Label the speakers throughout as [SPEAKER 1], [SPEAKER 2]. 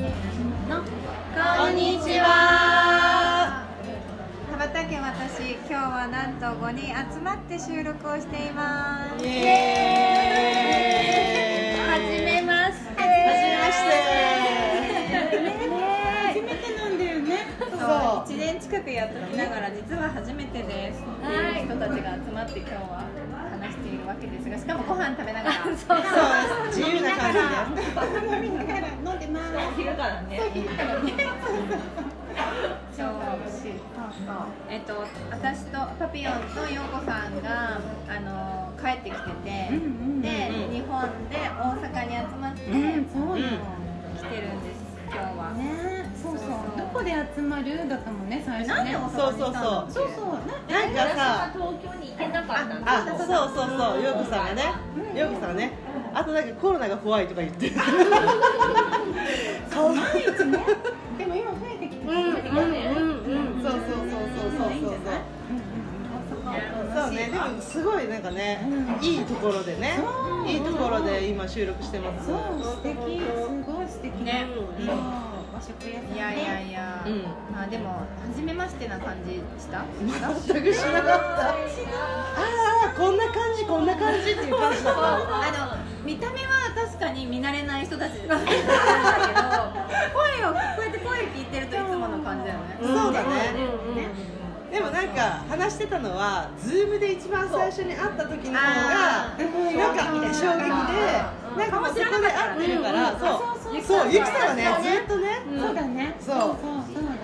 [SPEAKER 1] こんにちは。羽ばたけ私、今日はなんと5人集まって収録をしています。はじめまして。はじめまして。初めてなんだよね。そう、1年近くやっときながら、実は初めてです。はい、人たちが集まって、今日は話しているわけですが、しかもご飯食べながら。そう
[SPEAKER 2] 自由な感じで
[SPEAKER 1] 超美味しい。えっと、私とパピヨンと陽子さんが、あの、帰ってきてて。で、日本で大阪に集まって、
[SPEAKER 3] そうよ、
[SPEAKER 1] 来てるんです。今日は。
[SPEAKER 3] ねそうそう
[SPEAKER 1] そうそう
[SPEAKER 3] どこで集まるだったもんね最
[SPEAKER 1] な
[SPEAKER 3] 初
[SPEAKER 1] んで
[SPEAKER 3] ね
[SPEAKER 1] 大阪にいたの
[SPEAKER 3] そうそうな
[SPEAKER 2] なんかさあそうそうそうようこさんがねようこさんがねあとなんかコロナが怖いとか言ってそう毎日ね
[SPEAKER 3] でも今増えてきて
[SPEAKER 2] うんうんうんうんそうそうそうそうそうそうそうそうねでもすごいなんかねいいところでねいいところで今収録してます
[SPEAKER 3] そう素敵すごい素敵
[SPEAKER 1] ね
[SPEAKER 3] そう和食屋さん
[SPEAKER 1] いやいやいや。
[SPEAKER 2] うん
[SPEAKER 1] あ、でも、初めましてな感じした。
[SPEAKER 2] 全くしなかったああこんな感じこんな感じっていう感じだった
[SPEAKER 1] あの見た目は確かに見慣れない人 たちだったんだけど声をこうやって声聞いてるといつもの感じだよね
[SPEAKER 2] そうだね、でもなんか話してたのは Zoom で一番最初に会った時の方
[SPEAKER 1] あ
[SPEAKER 2] がなんか衝撃でなんかもうそこで会ってるからそうそうゆきさんはねずっとね
[SPEAKER 3] そうだね
[SPEAKER 2] そう
[SPEAKER 3] そうそうだ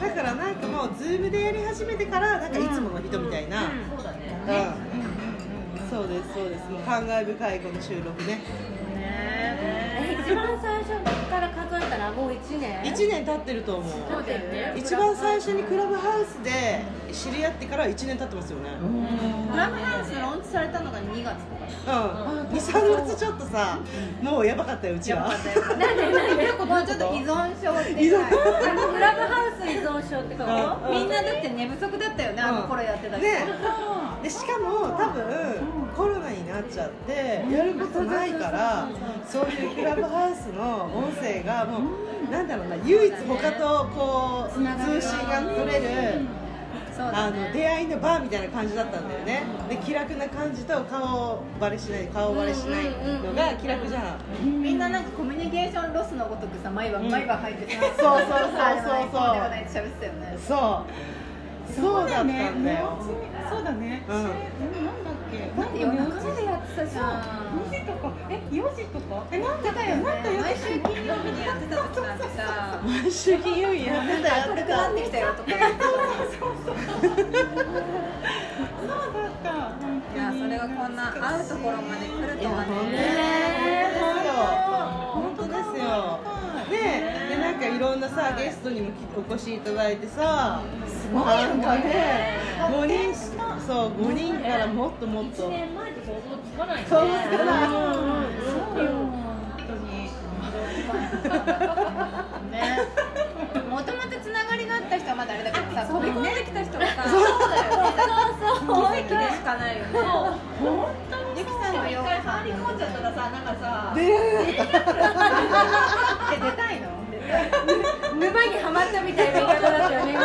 [SPEAKER 2] だからなんかもう Zoom でやり始めてからなんかいつもの人みたいなうんそうですそうですもう感慨深いこの収録ね
[SPEAKER 1] ね
[SPEAKER 4] 一番最初から数えたらもう1年
[SPEAKER 2] 1年経ってると思う一番最初にクラブハウスで知り合ってから1年経ってますよね
[SPEAKER 1] クラブハウスローンチされたのが2月とか
[SPEAKER 2] うん、23月ちょっとさもうやばかったようちは
[SPEAKER 1] もうちょっと依存症って
[SPEAKER 2] 依存
[SPEAKER 4] クラブハウス依存症ってこと
[SPEAKER 2] うん
[SPEAKER 1] みんなだって寝不足だったよねあの頃やってたけど
[SPEAKER 2] ねでしかも多分コロナになっちゃってやることないからそういうクラブハウスの音声がもうなんだろうな唯一他とこう通信が取れる
[SPEAKER 1] そう
[SPEAKER 2] あの
[SPEAKER 1] だね
[SPEAKER 2] 出会いのバーみたいな感じだったんだよねで気楽な感じと顔バレしない顔バレしないのが気楽じゃん
[SPEAKER 1] みんななんかコミュニケーションロスのごとくさ毎晩毎晩入ってさ
[SPEAKER 2] そうそうそうそう
[SPEAKER 1] そうでもないと喋ってたよね
[SPEAKER 2] そうそうだったんだよ
[SPEAKER 3] そうね寝落ちそうだね
[SPEAKER 2] うん
[SPEAKER 3] えなんだっけ
[SPEAKER 1] だって夜中までやってたじゃん
[SPEAKER 3] 2時とかえ4時とかえなん
[SPEAKER 1] だ
[SPEAKER 3] だ
[SPEAKER 1] ったよ
[SPEAKER 3] よ
[SPEAKER 1] ね
[SPEAKER 3] なんかよ
[SPEAKER 1] 毎週金曜日にやってた時なんてさ
[SPEAKER 2] 毎週金曜日やってたやって
[SPEAKER 1] 明るくな
[SPEAKER 2] た
[SPEAKER 1] ってきたよとか言ってた
[SPEAKER 3] そうだった本当
[SPEAKER 1] い
[SPEAKER 3] に
[SPEAKER 1] やそれがこんな会うところまで来るとは
[SPEAKER 2] ね
[SPEAKER 1] ね
[SPEAKER 2] 本当ですよねでなんかいろんなさゲストにもお越しいただいてさすごいなんかね5人そう5人からもっともっと
[SPEAKER 4] 1年前って想像つかないね
[SPEAKER 2] そうつかない
[SPEAKER 3] そうよ本当に
[SPEAKER 1] ねもともとつながりがあった人はまだあれだけどさ飛び込んできた人がさそうだよね奇跡でしかないよねゆきさんのよ入り込んじゃったらさなんかさ
[SPEAKER 2] 出会えなかった
[SPEAKER 1] え出たいの出たい
[SPEAKER 4] 沼にはまったみたいな言い方だったよね今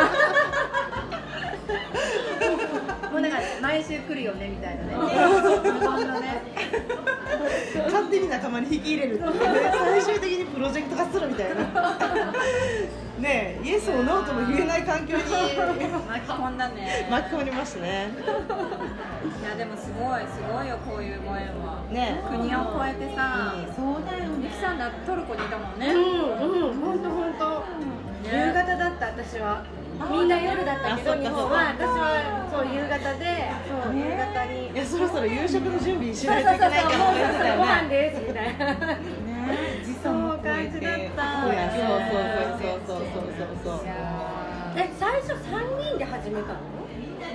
[SPEAKER 1] もうなんか毎週来るよねみたいなね日本のね
[SPEAKER 2] 勝手に仲間に引き入れるっていうね最終的にプロジェクト化するみたいな ねえイエスもノーとも言えない環境に
[SPEAKER 1] 巻き込んだね
[SPEAKER 2] 巻き込みましたね
[SPEAKER 1] いやでもすごいすごいよこういうご縁は
[SPEAKER 2] ね
[SPEAKER 1] 国を越えてさ
[SPEAKER 3] そうだよね
[SPEAKER 1] ゆきさんだってトルコにいたもんね
[SPEAKER 4] うんうん本当本当夕方だった私はみんな夜だったけ
[SPEAKER 2] あそ
[SPEAKER 4] ど
[SPEAKER 2] っか
[SPEAKER 4] 日
[SPEAKER 2] そっか
[SPEAKER 4] 本は私はそう夕方でそう夕方に
[SPEAKER 2] いやそろそろ夕食の準備し
[SPEAKER 4] そう
[SPEAKER 2] ない
[SPEAKER 4] そ
[SPEAKER 2] と
[SPEAKER 4] う
[SPEAKER 2] いけない
[SPEAKER 4] そう
[SPEAKER 2] から
[SPEAKER 4] そうもう
[SPEAKER 2] ね
[SPEAKER 4] ご飯ですみたいな
[SPEAKER 3] ねえね時
[SPEAKER 1] そ
[SPEAKER 3] 差も
[SPEAKER 1] う
[SPEAKER 3] 超え
[SPEAKER 1] 感じ
[SPEAKER 3] て
[SPEAKER 1] だった
[SPEAKER 2] いやそうそうそうそうそうそうそう
[SPEAKER 4] え最初3人で始めたの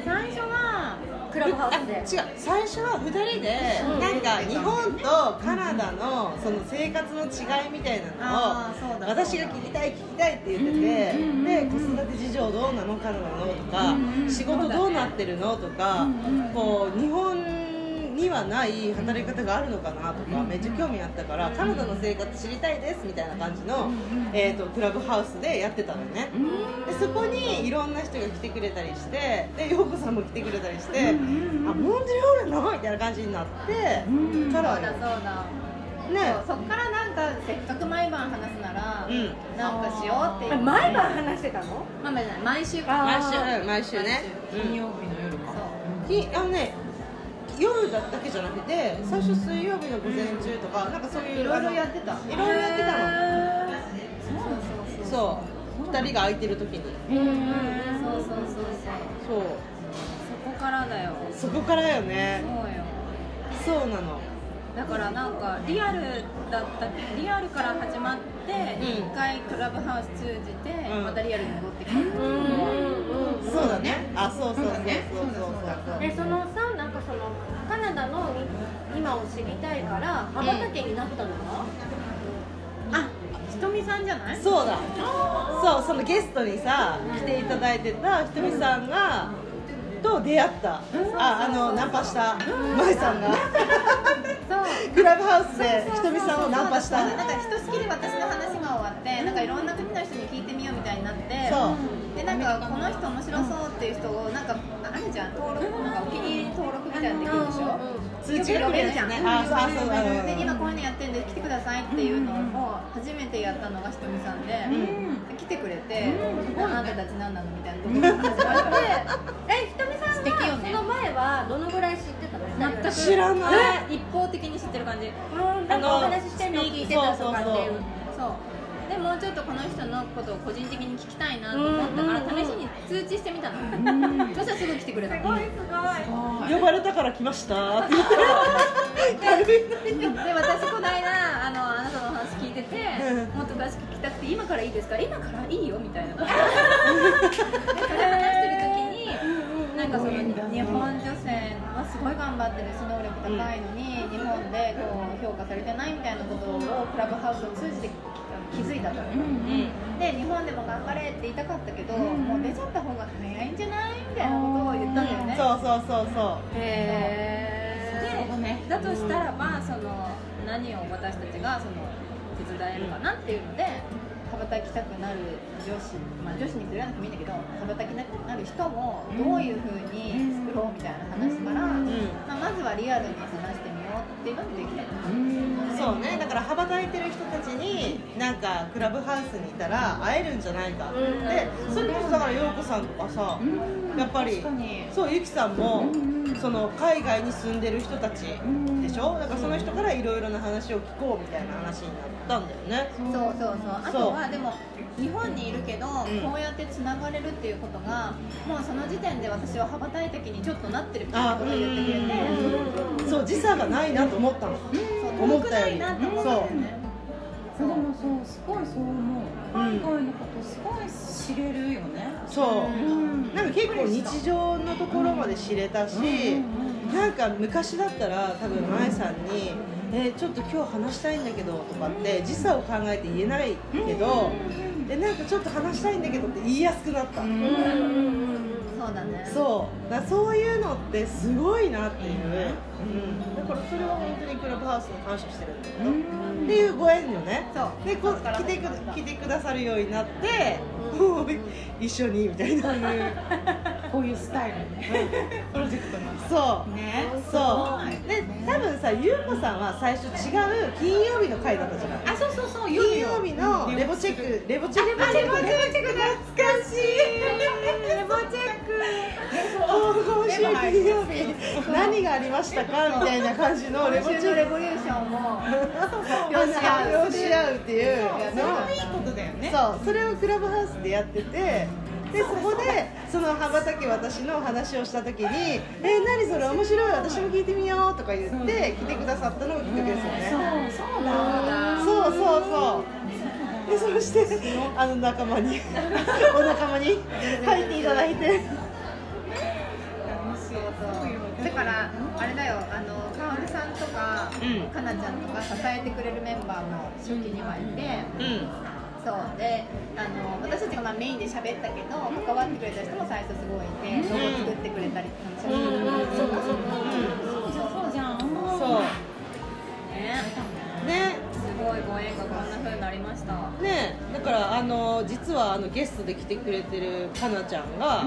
[SPEAKER 1] 最初は
[SPEAKER 4] クラブハウスで
[SPEAKER 2] 違う最初は2人でなんか日本とカナダのその生活の違いみたいな
[SPEAKER 1] あーそう
[SPEAKER 2] のを
[SPEAKER 1] だ
[SPEAKER 2] 私が聞きたい聞きたいって言ってて
[SPEAKER 3] うん
[SPEAKER 2] で子育て事情どうなのカナダのとか
[SPEAKER 3] うん
[SPEAKER 2] 仕事どうなってるのとかこう日本にはない働き方があるのかなとかめっちゃ興味あったからカナダの生活知りたいですみたいな感じのえーとクラブハウスでやってたのね。でそこにいろんな人が来てくれたりしてで陽子さんも来てくれたりして、あモンディオール長いみたいな感じになって、
[SPEAKER 3] うん
[SPEAKER 2] か
[SPEAKER 1] そう
[SPEAKER 2] ら
[SPEAKER 1] だそうだ
[SPEAKER 2] ね
[SPEAKER 1] そうそっからなんかせっかく毎晩話すなら、
[SPEAKER 2] うん
[SPEAKER 1] なんかしようって言
[SPEAKER 4] あ
[SPEAKER 1] って
[SPEAKER 4] 毎晩話してたの
[SPEAKER 1] まあまあじゃない毎週
[SPEAKER 4] あ
[SPEAKER 2] 毎週うん毎週ね
[SPEAKER 3] 金曜日の夜か
[SPEAKER 2] うんきあのね夜だけじゃなくて最初水曜日の午前中とか、なんかそういう
[SPEAKER 1] いろいろやってた
[SPEAKER 2] たいろいろやってた
[SPEAKER 1] そうそう
[SPEAKER 2] のそう2人が空いてる時に
[SPEAKER 3] うんうん
[SPEAKER 1] そうそうそうそう
[SPEAKER 2] そう
[SPEAKER 1] そこからだよ
[SPEAKER 2] そこからよね
[SPEAKER 1] そうよ
[SPEAKER 2] そうなの
[SPEAKER 1] だからなんかリアルだったリアルから始まって一、
[SPEAKER 2] うん
[SPEAKER 1] 回クラブハウス通じて、
[SPEAKER 2] うん
[SPEAKER 1] またリアルに戻ってきた、
[SPEAKER 2] そうだねあそうそうそうそうそうそう
[SPEAKER 4] でそのさなんかそのカナダの今を知りたいから羽ばたけになったのは、
[SPEAKER 1] あひとみさんじゃない
[SPEAKER 2] そうだそうそのゲストにさ来ていただいてたひとみさんがと出会ったああのナンパした舞さんが
[SPEAKER 1] そう
[SPEAKER 2] クラブハウスでひとみさんをナンパした
[SPEAKER 1] なんか人好きで私の話が終わってなんかいろんな国の人に聞いてみようみたいになって
[SPEAKER 2] そう
[SPEAKER 1] でなんかこの人面白そうっていう人をなんかあるじゃん登録なんかお気に入り登録みたいなのできるでしょ、
[SPEAKER 2] 通知が来るやつねあそうあそうあの
[SPEAKER 1] で今こういうのやってるんで来てくださいっていうのを初めてやったのがひとみさんで、で来てくれて、あんたたち何なのみたいなところから始まって
[SPEAKER 4] えひとみさんは、その前はどのぐらい知ってたの
[SPEAKER 1] 全く
[SPEAKER 2] 知らない
[SPEAKER 1] 一方的に知ってる感じ
[SPEAKER 4] うんなんかお話ししてんの聞いてたとか
[SPEAKER 2] そう
[SPEAKER 4] っていう
[SPEAKER 2] そう
[SPEAKER 1] そうでもうちょっとこの人のことを個人的に聞きたいなと思ったから試しに通知してみたの、そしたらすぐ来てくれたので
[SPEAKER 2] 呼ばれたから来ましたって言って
[SPEAKER 1] 私この間あのあなたの話聞いてて
[SPEAKER 2] うん
[SPEAKER 1] もっと詳しく聞きたくて今からいいですか今からいいよみたいな でそれ話してる時になんかその日本女性はすごい頑張ってるし能力高いのに日本でこう評価されてないみたいなことをクラブハウスを通じて気づいたとで日本でも頑張れって言いたかったけど、もう出ちゃった方が早いんじゃないみたいなことを言ったんだよね、
[SPEAKER 2] そうそうそうそう
[SPEAKER 1] へえ、ね、だとしたらばその何を私たちがその手伝えるかなっていうので羽ばたきたくなる女子、まあ、女子にずらなくてもいいんだけど羽ばたきたくなる人もどういうふうに作ろうみたいな話から、まあ、まずはリアルに話してみようっていうのでできたよね
[SPEAKER 2] そうねだから羽ばたいてる人たちになんかクラブハウスにいたら会えるんじゃないかって、でそれこそだから陽子さんとかさ、やっぱり
[SPEAKER 3] 確かに
[SPEAKER 2] そうゆきさんも、その海外に住んでる人たちでしょ、だからその人からいろいろな話を聞こうみたいな話になったんだよね、
[SPEAKER 1] そうそうそうあとはでも日本にいるけど、
[SPEAKER 2] ん
[SPEAKER 1] こうやってつながれるっていうことがもうその時点で私は羽ばたいた気にちょっとなってるみたいなことを言ってくれて
[SPEAKER 2] そう時差がないなと思ったの、
[SPEAKER 1] そう
[SPEAKER 2] 思
[SPEAKER 1] 遠
[SPEAKER 2] っ
[SPEAKER 1] く
[SPEAKER 2] た
[SPEAKER 1] な
[SPEAKER 2] より
[SPEAKER 1] いなって思ったよね
[SPEAKER 3] でもそうすごいそう思う
[SPEAKER 2] うん
[SPEAKER 3] 海外のことすごい知れるよね
[SPEAKER 2] そう、
[SPEAKER 3] うん
[SPEAKER 2] なんか結構日常のところまで知れたし、なんか昔だったら多分まえさんに、えーちょっと今日話したいんだけど」とかって時差を考えて言えないけど、でなんかちょっと話したいんだけどって言いやすくなった、
[SPEAKER 1] そうだね
[SPEAKER 2] そうだからそういうのってすごいなっていう、うんだからそれは本当にクラブハウスに感謝してるんだけど、っていうご縁よね
[SPEAKER 1] そう
[SPEAKER 2] でこ
[SPEAKER 1] そっから
[SPEAKER 2] 来てく来てくださるようになって、もう 一緒にみたいな
[SPEAKER 3] こういうスタイルねプロジェクトの
[SPEAKER 2] そう
[SPEAKER 3] ね
[SPEAKER 2] そうで多分さゆうこさんは最初違う金曜日の回だったじゃない
[SPEAKER 3] あそうそうそう
[SPEAKER 2] 金曜日のレボチェックレボチェックレボチェック懐かしいレボチェック今週金曜日何がありましたかみたいな感じのレボチェ
[SPEAKER 1] 今週のレ
[SPEAKER 2] ック
[SPEAKER 1] ボリューションも
[SPEAKER 2] よし合うっていう
[SPEAKER 3] それもいいことだよね
[SPEAKER 2] そうそれをクラブハウスでやっててででそこでその羽ばたき私の話をした時に「え何それ面白い私も聞いてみよう」とか言って来てくださったのがきっかけですよね
[SPEAKER 3] そうそうだ
[SPEAKER 2] そうそうそうでそしてあの仲間 にお仲間に入っていただいて
[SPEAKER 1] だからあれだよあのカオルさんとか、
[SPEAKER 5] うん
[SPEAKER 1] かなちゃんとか支えてくれるメンバーも初期にはいて、
[SPEAKER 5] うん
[SPEAKER 1] そうであの私たちがまあメインで喋ったけど関わってくれた人も最初すごいいて動画作ってくれたりとかもして
[SPEAKER 2] そう
[SPEAKER 1] そうそうそうじゃんね
[SPEAKER 2] ね
[SPEAKER 1] すごいご縁がこんな風になりました
[SPEAKER 2] ねだからあの実はあのゲストで来てくれてるかなちゃんが、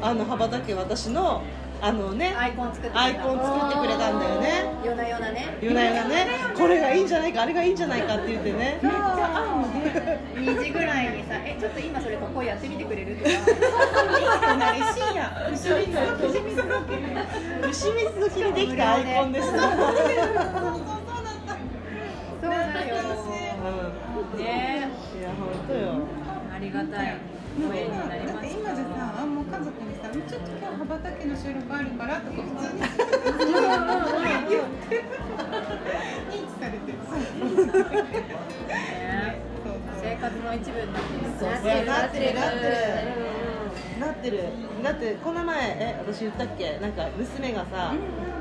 [SPEAKER 2] あの羽ばたけ私のあのね
[SPEAKER 1] アイコン作ってくれた
[SPEAKER 2] アイコン作ってくれたんだよね
[SPEAKER 1] 夜な夜なね
[SPEAKER 2] 夜な夜なねこれがいいんじゃないかあれがいいんじゃないかって言ってね
[SPEAKER 1] 2時ぐらいにさ「えちょっと今それここやってみてくれる?」とか
[SPEAKER 3] 深夜牛みたいな
[SPEAKER 2] 牛水の木にできたアイコンですと、
[SPEAKER 1] そうだよ
[SPEAKER 2] う
[SPEAKER 1] ね
[SPEAKER 2] ん、いや本当よ
[SPEAKER 1] ありがたいご縁になり
[SPEAKER 3] だっ
[SPEAKER 1] ま
[SPEAKER 3] て
[SPEAKER 1] し
[SPEAKER 3] 今じゃ
[SPEAKER 1] た
[SPEAKER 3] さあもう家族にさ「ちょっと今日羽ばたきの収録あるから」とか普通に言って認知されてる
[SPEAKER 1] ね
[SPEAKER 3] そう
[SPEAKER 1] 生活の一部になってる
[SPEAKER 2] なってるなってるなってるなってるだってこの前え私言ったっけなんか娘がさ、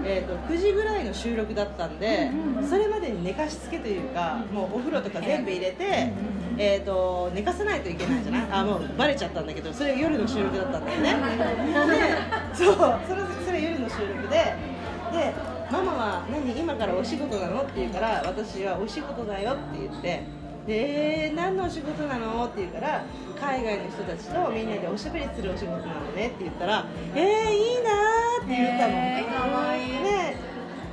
[SPEAKER 2] えー、と9時ぐらいの収録だったんで、それまでに寝かしつけというか、もうお風呂とか全部入れて、えー、と寝かさないといけないじゃないあもうバレちゃったんだけどそれ夜の収録だったんだよ ねでそうそれそれ夜の収録ででママは何今からお仕事なのって言うから私はお仕事だよって言ってでえー何のお仕事なのって言うから海外の人たちとみんなでおしゃべりするお仕事なのねって言ったらえー、いいなーって言ったの、
[SPEAKER 1] えーかわいい
[SPEAKER 2] ね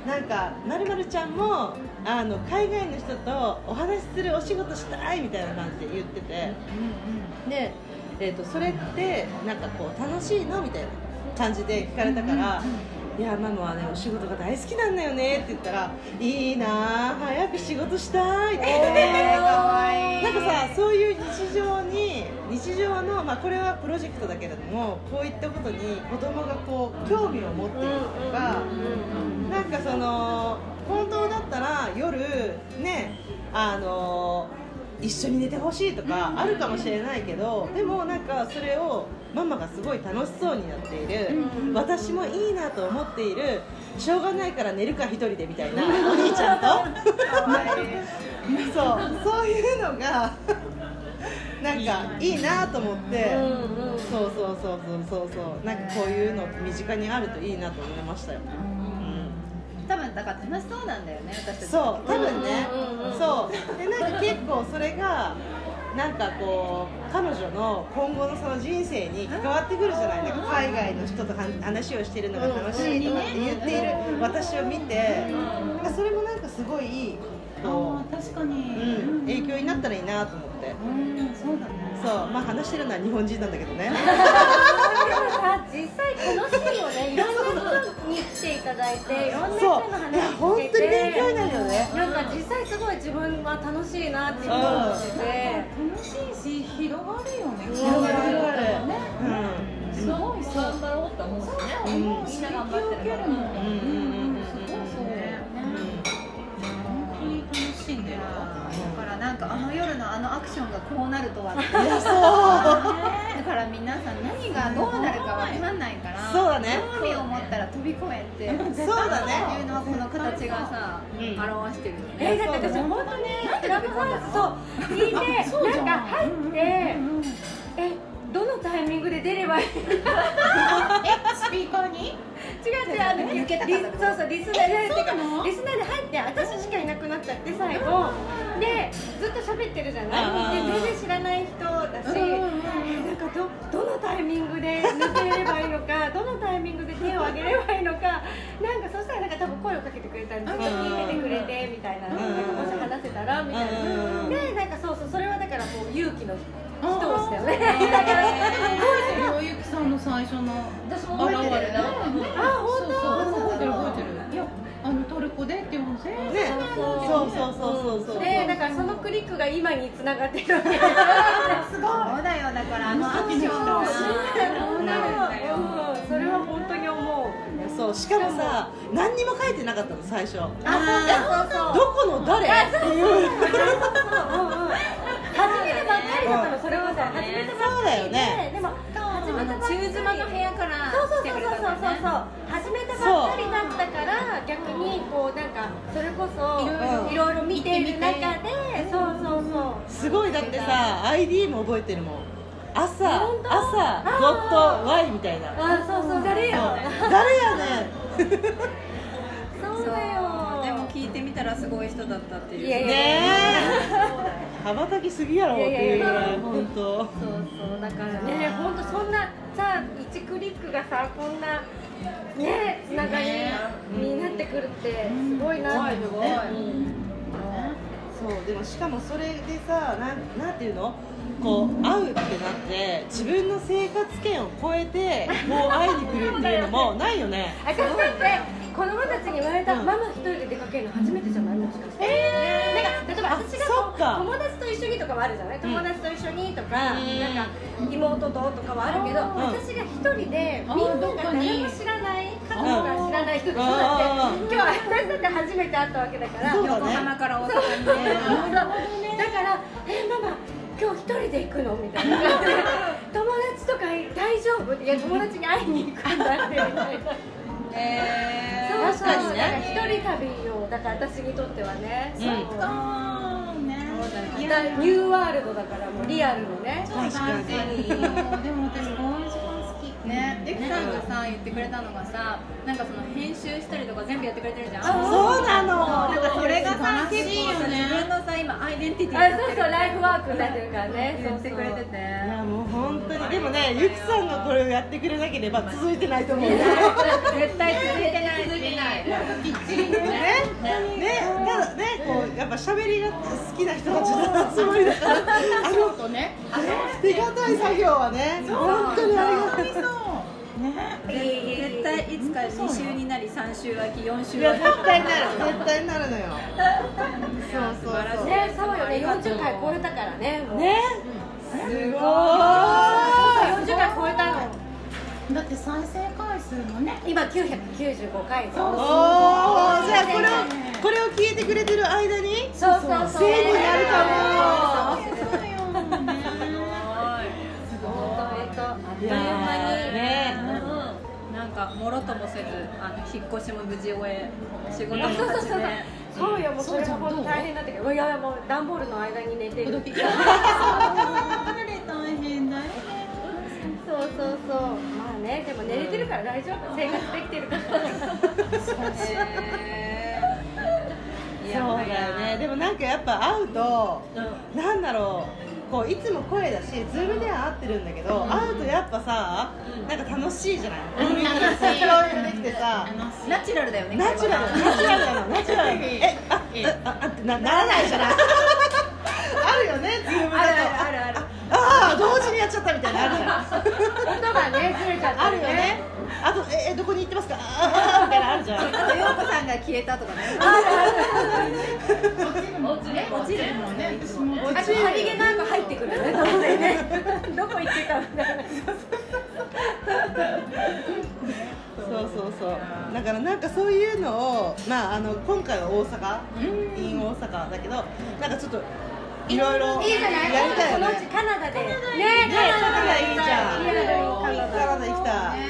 [SPEAKER 2] なんかまるまるちゃんもあの海外の人とお話しするお仕事したいみたいな感じで言ってて、で、えー、とそれってなんかこう楽しいのみたいな感じで聞かれたから、いやママはねお仕事が大好きなんだよねって言ったらいいなあ早く仕事したいって言って
[SPEAKER 1] えーかわいい
[SPEAKER 2] なんかさそういう日常に日常の、まあ、これはプロジェクトだけれどもこういったことに子供がこう興味を持っているとか、なんかその本当だったら夜ねあの一緒に寝てほしいとかあるかもしれないけどでもなんかそれをママがすごい楽しそうになっている私もいいなと思っているしょうがないから寝るか一人でみたいなお兄ちゃんと。そうそういうの がなんかいいなと思って、そうそうそうそうそうそうなんかこういうの身近にあるといいなと思いましたよ、
[SPEAKER 1] 多分だから楽しそうなんだよね私たち
[SPEAKER 2] そう多分ね、そうでなんか結構それがなんかこう彼女の今後のその人生に関わってくるじゃないなんか海外の人とは話をしてるのが楽しいとかって言っている私を見てなんかそれもなんかすごいこ
[SPEAKER 3] あー確か
[SPEAKER 2] う、
[SPEAKER 3] に
[SPEAKER 2] うん、影響になったらいいなと思って
[SPEAKER 3] うんそうだね
[SPEAKER 2] そうまあ話してるのは日本人なんだけどね
[SPEAKER 4] さ実際楽しいよねいろんな人に来ていただいていろんな
[SPEAKER 2] そうい
[SPEAKER 4] 人の
[SPEAKER 2] や
[SPEAKER 4] 話
[SPEAKER 2] 本
[SPEAKER 4] を
[SPEAKER 2] 当
[SPEAKER 4] 聞
[SPEAKER 2] に
[SPEAKER 4] いて
[SPEAKER 2] 勉強になるよね
[SPEAKER 4] なんか実際すごい自分は楽しいなっていう思ってて
[SPEAKER 3] 楽しいし広がるよね
[SPEAKER 2] 広がる広がる
[SPEAKER 3] ねすごいそう頑張ろうって思うしねもう刺激を受けるもん
[SPEAKER 2] うんうんうんうん
[SPEAKER 3] すごいそう本当に楽しいんだよ
[SPEAKER 1] だからなんかあの夜のあのアクションがこうなるとはって
[SPEAKER 2] いやそう
[SPEAKER 1] だから皆さん何がどうなるかわかんないから
[SPEAKER 2] そうだね
[SPEAKER 1] 興味を持ったら飛び越えて
[SPEAKER 2] そうだ
[SPEAKER 1] ってい
[SPEAKER 2] ね
[SPEAKER 1] うのはこの形がさ、
[SPEAKER 2] うん
[SPEAKER 1] 表してるよね
[SPEAKER 4] えだって私本当にクラブハウスそう聞いてなんか入ってえどのタイミングで出ればいい
[SPEAKER 3] スピーカーに
[SPEAKER 4] 違う違うあの
[SPEAKER 1] 抜けたか
[SPEAKER 4] リ
[SPEAKER 1] ったってこと
[SPEAKER 4] そうそうリスナーでてかリスナーで入って私しかいなくなっちゃって最後でずっと喋ってるじゃな
[SPEAKER 2] うん
[SPEAKER 4] い
[SPEAKER 2] うんうん
[SPEAKER 4] で全然知らない人だしなんかどどのタイミングで抜ければいいのかどのタイミングで手を挙げればいいのかなんかそしたらなんか多分声をかけてくれたんでちょっと聞いててくれてみたいななんかもし話せたらみたい
[SPEAKER 2] うんうんうん
[SPEAKER 4] なでなんかそうそうそれはだからもう勇気の一押しだよねだから
[SPEAKER 3] ひろゆきさんの最初の
[SPEAKER 1] 私も
[SPEAKER 3] 現
[SPEAKER 1] 覚えて
[SPEAKER 3] れ
[SPEAKER 1] る
[SPEAKER 3] だ
[SPEAKER 1] な
[SPEAKER 3] あ本当覚えてる覚えてるいやあのトルコでっていうの全
[SPEAKER 2] ねそうそうそうそうそうそう
[SPEAKER 4] でだからからそのクリックが今に繋がってる わけです
[SPEAKER 1] すごいそうだよだからあのアクションがそうなんだよ
[SPEAKER 4] うんそれは本当に思う
[SPEAKER 2] そうしかもさ何にも書いてなかったの最初ど
[SPEAKER 1] あそうそう
[SPEAKER 2] この誰 っていう
[SPEAKER 4] 始めたばっかりだったのそれこそ
[SPEAKER 1] そうだね
[SPEAKER 4] 始めたばっ
[SPEAKER 2] そうだよ
[SPEAKER 4] かりで、
[SPEAKER 2] ね
[SPEAKER 4] でも始めたばっかり
[SPEAKER 1] 中妻の部屋から
[SPEAKER 4] そうそう
[SPEAKER 1] 来て
[SPEAKER 4] そう
[SPEAKER 1] く
[SPEAKER 4] そう
[SPEAKER 1] れ
[SPEAKER 4] そう
[SPEAKER 1] た
[SPEAKER 4] そうん
[SPEAKER 1] だよね
[SPEAKER 4] 始めたばっかりだったから逆にこうなんかそれこそ
[SPEAKER 2] うん
[SPEAKER 4] いろいろ見てる中でそうそうそう
[SPEAKER 2] すごいだってさ ID も覚えてるもん朝
[SPEAKER 4] 本当
[SPEAKER 2] 朝ドット Y みたいなそう
[SPEAKER 4] あそうそう誰よ
[SPEAKER 2] 誰やねん
[SPEAKER 4] そうだよ
[SPEAKER 1] でも聞いてみたらすごい人だったっていう
[SPEAKER 4] いやいや
[SPEAKER 2] ねえ羽ばたきすぎやろっていうぐらい本当
[SPEAKER 1] そうそうだから
[SPEAKER 4] ねえ本当そんなさ1クリックがさこんなねつながりになってくるってすごいなって
[SPEAKER 2] すごいそうでもしかもそれでさなんなんていうのこう会うってなって自分の生活圏を超えてもう会いに来るっていうのもないよね
[SPEAKER 4] 私だって子供たちに言われた、
[SPEAKER 2] うん
[SPEAKER 4] ママ一人で出かけるの初めてじゃないもしかしてなんか例えば私が
[SPEAKER 2] そっか
[SPEAKER 4] 友達と一緒にとかはあるじゃない友達と一緒にとか、
[SPEAKER 2] うん
[SPEAKER 4] なんか妹ととかはあるけど、私が一人でみんなが誰も知らない家族が知らない人とだっ
[SPEAKER 2] う
[SPEAKER 4] て、今日は私だって初めて会ったわけだから
[SPEAKER 2] そうだ
[SPEAKER 1] 横浜
[SPEAKER 2] ね
[SPEAKER 1] から大阪にね
[SPEAKER 4] そうそうだから「えママ今日一人で行くの?」みたいな「友達とか大丈夫?」いや友達に会いに行くんだって」みたいな。
[SPEAKER 1] え
[SPEAKER 4] そう
[SPEAKER 2] 確
[SPEAKER 4] そう
[SPEAKER 2] かにね
[SPEAKER 4] だから一人旅よだから私にとってはね
[SPEAKER 2] うん
[SPEAKER 4] そうだ
[SPEAKER 3] そうねいや
[SPEAKER 4] ニューワールドだからもうリアルのね
[SPEAKER 2] 確かに
[SPEAKER 1] でも私こういう時間好きねゆきさんがさ言ってくれたのがさなんかその編集したりとか全部やってくれてるじゃん
[SPEAKER 2] そうな
[SPEAKER 1] なん
[SPEAKER 2] の
[SPEAKER 1] かそれがさ
[SPEAKER 3] 素晴
[SPEAKER 1] 結
[SPEAKER 3] らしい
[SPEAKER 1] 構
[SPEAKER 3] よ
[SPEAKER 1] さ
[SPEAKER 3] ね
[SPEAKER 1] 自分のさ今アイデンティティ
[SPEAKER 4] あ
[SPEAKER 1] になっ
[SPEAKER 4] そう
[SPEAKER 1] て
[SPEAKER 4] そ
[SPEAKER 1] る
[SPEAKER 4] うライフワークになってるからね
[SPEAKER 1] 言ってくれてて
[SPEAKER 2] いやもう本当にでもねゆきさんがこれをやってくれなければ続いてないと思うよね
[SPEAKER 1] 絶対続いてない続いてない
[SPEAKER 2] ねただねこうやっぱ喋りが好きな人たちの集まりだからあの
[SPEAKER 3] とね
[SPEAKER 2] 手堅い作業はね本当にありがたい
[SPEAKER 3] そうね
[SPEAKER 1] 絶対いつか2週になり3週空き4週
[SPEAKER 2] いや
[SPEAKER 1] 空き
[SPEAKER 2] 絶対になる絶対になるのよそうそうそう
[SPEAKER 4] ねそうよね40回超えたからねもう
[SPEAKER 2] ねすごい
[SPEAKER 4] そうそう40回超えたの
[SPEAKER 3] だって再生回数もね
[SPEAKER 4] 今995回
[SPEAKER 2] お
[SPEAKER 4] そ
[SPEAKER 2] おじゃあこれをこれを聞いてくれてる間に
[SPEAKER 4] そうそうそう
[SPEAKER 2] せいになるかも
[SPEAKER 3] そうよね
[SPEAKER 4] 本当本
[SPEAKER 2] いやーね
[SPEAKER 1] うんなんかもろともせずあの引っ越しも無事終え仕事も
[SPEAKER 4] 当そうそう
[SPEAKER 1] 始
[SPEAKER 4] そうそう
[SPEAKER 1] め
[SPEAKER 4] そうよもうそれも本当大変だったけどいやもう段ボールの間に寝てる
[SPEAKER 3] あれ大変だよ
[SPEAKER 4] そうそうそうまあねでも寝れてるから大丈夫生活できてるから
[SPEAKER 1] へーい
[SPEAKER 2] そ
[SPEAKER 1] や
[SPEAKER 2] うだよねでもなんかやっぱ会うとなんだろうこういつも声だしズームでは会ってるんだけど、会うとやっぱさなんか楽しいじゃないみんなで共有できてさ
[SPEAKER 1] ナチュラルだよね
[SPEAKER 2] ナチュラルナチュラルなのナチュラルえあああってなならないじゃないあるよねズーム
[SPEAKER 1] ある
[SPEAKER 2] だと
[SPEAKER 1] あるあるある
[SPEAKER 2] ああ同時にやっちゃったみたいなのあるじゃん
[SPEAKER 4] 音がねずれちゃって
[SPEAKER 2] あるよねあとええどこに行ってますかあーあーみたいなのあるじゃん
[SPEAKER 1] あと陽子さんが消えたとかね
[SPEAKER 3] 落ちる落ちるもんね私も
[SPEAKER 4] あとさりげなく入ってくるよね突然ねどこ行ってたみたいな
[SPEAKER 2] そうそうそうだからなんかそういうのをまああの今回は大阪 in 大阪だけどなんかちょっといろいろや
[SPEAKER 4] いいじゃない
[SPEAKER 2] りたいよ
[SPEAKER 4] そのうち
[SPEAKER 2] ね
[SPEAKER 4] カナダでね
[SPEAKER 2] カナダいいじゃん
[SPEAKER 4] リアルにカ
[SPEAKER 2] カ
[SPEAKER 4] ナダ
[SPEAKER 2] ナダ行きたい、
[SPEAKER 1] ね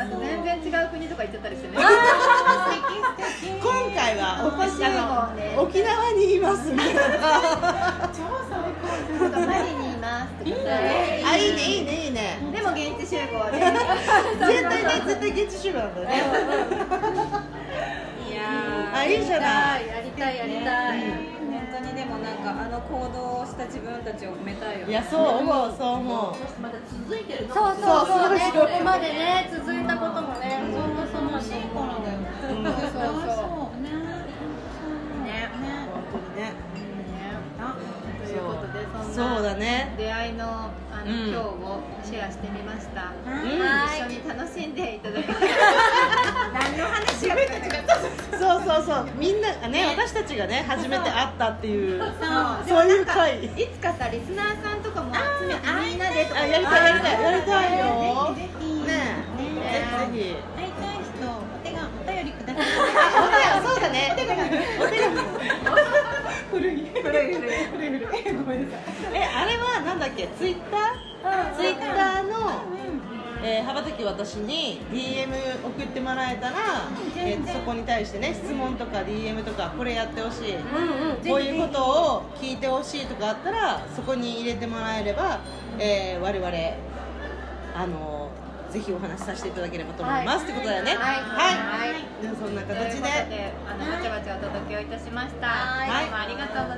[SPEAKER 1] あと全然違う国とか行っちゃったりしてね
[SPEAKER 2] うん、今回は沖縄沖縄にいますみたいな
[SPEAKER 3] 超最高です
[SPEAKER 1] マリにいますとかさ
[SPEAKER 2] あいいねいいねいいね
[SPEAKER 1] でも現地集合で
[SPEAKER 2] 絶対ね絶対現地集合なんだよね
[SPEAKER 1] いや
[SPEAKER 2] あいいじゃない
[SPEAKER 1] やりたいやりたい本当にでもなんかあの行動をした自分たちを褒めたいよ
[SPEAKER 2] いやそう思うそう思う
[SPEAKER 4] そうそうそうね
[SPEAKER 2] そうそう
[SPEAKER 4] これまでね続いたこともねそんなそんなし
[SPEAKER 3] 頃だよ
[SPEAKER 2] うん本
[SPEAKER 3] そうそうね
[SPEAKER 1] ね
[SPEAKER 3] ね
[SPEAKER 2] 当にね
[SPEAKER 1] あということでそんな
[SPEAKER 2] そうだね
[SPEAKER 1] 出会いのあの、
[SPEAKER 2] うん
[SPEAKER 1] 今日をシェアしてみました、
[SPEAKER 2] うん
[SPEAKER 1] 一緒に楽しんでいただけたら何の話やったのか
[SPEAKER 2] そうそうそうそうみんながね私たちがね初めて会ったっていう
[SPEAKER 1] そう
[SPEAKER 2] そういう回
[SPEAKER 1] いつかさリスナーさんとかも集めてみんなでとか
[SPEAKER 2] あやりたいやりたいやりたいよ
[SPEAKER 3] ぜ
[SPEAKER 2] ね
[SPEAKER 3] ひぜひ
[SPEAKER 2] えぜひぜひ
[SPEAKER 3] 会いたい人お手紙お便りください
[SPEAKER 2] あそうだね
[SPEAKER 3] 古い古い古い古い古いごめんなさい
[SPEAKER 2] えあれはなんだっけツイッターツイッターの、えー羽ばたき私に DM 送ってもらえたら、えーそこに対してね質問とか DM とかこれやってほしい、こういうことを聞いてほしいとかあったらそこに入れてもらえれば、えー我々あのーぜひお話しさせていただければと思います、ってことだよね
[SPEAKER 1] はい
[SPEAKER 2] はい、じゃあそんな
[SPEAKER 1] という
[SPEAKER 2] 形
[SPEAKER 1] こと
[SPEAKER 2] で
[SPEAKER 1] であのバチャバチャお届けをいたしました。
[SPEAKER 2] はい
[SPEAKER 1] どうもありがとうございました